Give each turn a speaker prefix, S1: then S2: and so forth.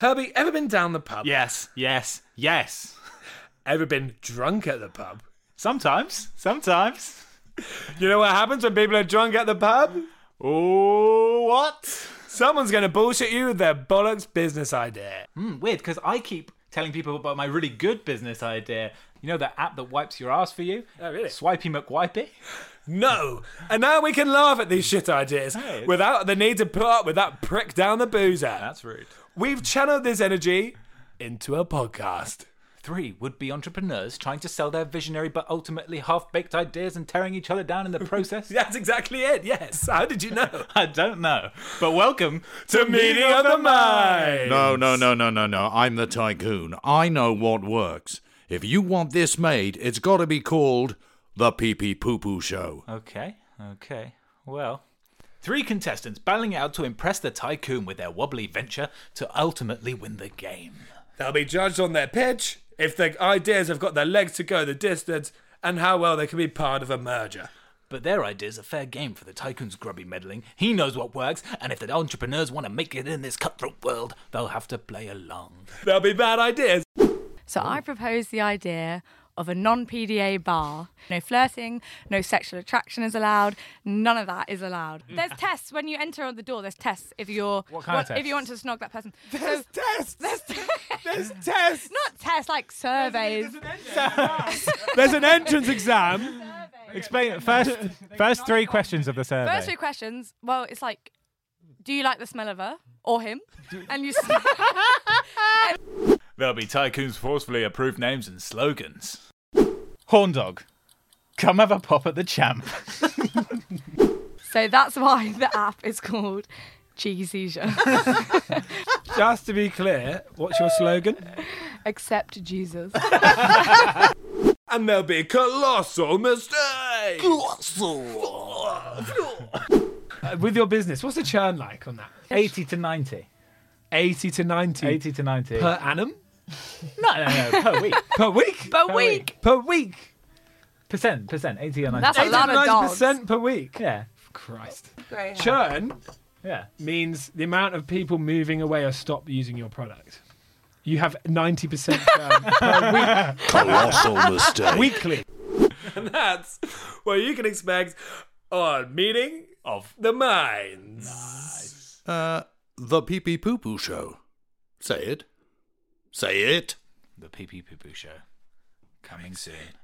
S1: Herbie, ever been down the pub?
S2: Yes, yes, yes.
S1: Ever been drunk at the pub?
S2: Sometimes, sometimes.
S1: You know what happens when people are drunk at the pub?
S2: Oh, what?
S1: Someone's going to bullshit you with their bollocks business idea.
S2: Hmm, weird, because I keep telling people about my really good business idea. You know that app that wipes your ass for you?
S1: Oh, really?
S2: Swipey McWipey?
S1: No. And now we can laugh at these shit ideas
S2: it's-
S1: without the need to put up with that prick down the boozer.
S2: That's rude.
S1: We've channeled this energy into a podcast.
S2: Three would be entrepreneurs trying to sell their visionary but ultimately half baked ideas and tearing each other down in the process?
S1: That's exactly it, yes. How did you know?
S2: I don't know. But welcome
S1: to Meeting of the Mind.
S3: No, no, no, no, no, no. I'm the tycoon. I know what works. If you want this made, it's got to be called the Pee Pee Poo Poo Show.
S2: Okay, okay. Well, three contestants battling it out to impress the tycoon with their wobbly venture to ultimately win the game.
S1: They'll be judged on their pitch, if their ideas have got their legs to go the distance, and how well they can be part of a merger.
S2: But their idea's a fair game for the tycoon's grubby meddling. He knows what works, and if the entrepreneurs want to make it in this cutthroat world, they'll have to play along.
S1: There'll be bad ideas.
S4: So
S2: Oh.
S4: I propose the idea of a non PDA bar. No flirting, no sexual attraction is allowed, none of that is allowed. There's tests when you enter on the door, there's tests if you're
S2: Mm. What kind of
S4: if you want
S2: tests?
S4: to snog that person. There's
S5: tests.
S4: There's,
S5: There's tests.
S4: not tests like surveys.
S5: There's an entrance exam. Explain it first. First three questions of the survey.
S4: First three questions, well, it's like do you like the smell of her or him? And you s-
S2: There'll be tycoons forcefully approved names and slogans. Horn dog, come have a pop at the champ.
S4: So that's why the app is called Cheesy Seizure.
S5: Just to be clear, what's your slogan?
S4: Except Jesus.
S1: And there'll be colossal mistakes.
S5: Uh, with your business, what's the churn like on that?
S2: 80 to 90.
S5: 80 to 90
S2: 80 to 90.
S5: per annum?
S2: no, no, no, per week.
S5: Per week?
S4: But
S2: Per
S4: week.
S2: week.
S5: per week.
S2: Percent, percent, 80 or 90.
S4: That's a lot of dogs.
S5: 89% per week.
S2: Yeah,
S5: Christ. Churn
S2: yeah.
S5: means the amount of people moving away or stop using your product. You have 90% churn
S3: Colossal mistake.
S5: weekly.
S1: And that's what you can expect on Meeting of the Minds.
S3: Uh, the Pee Pee Poo Poo Show. Say it. Say it.
S2: The Pee Pee Poo Poo Show. Coming soon.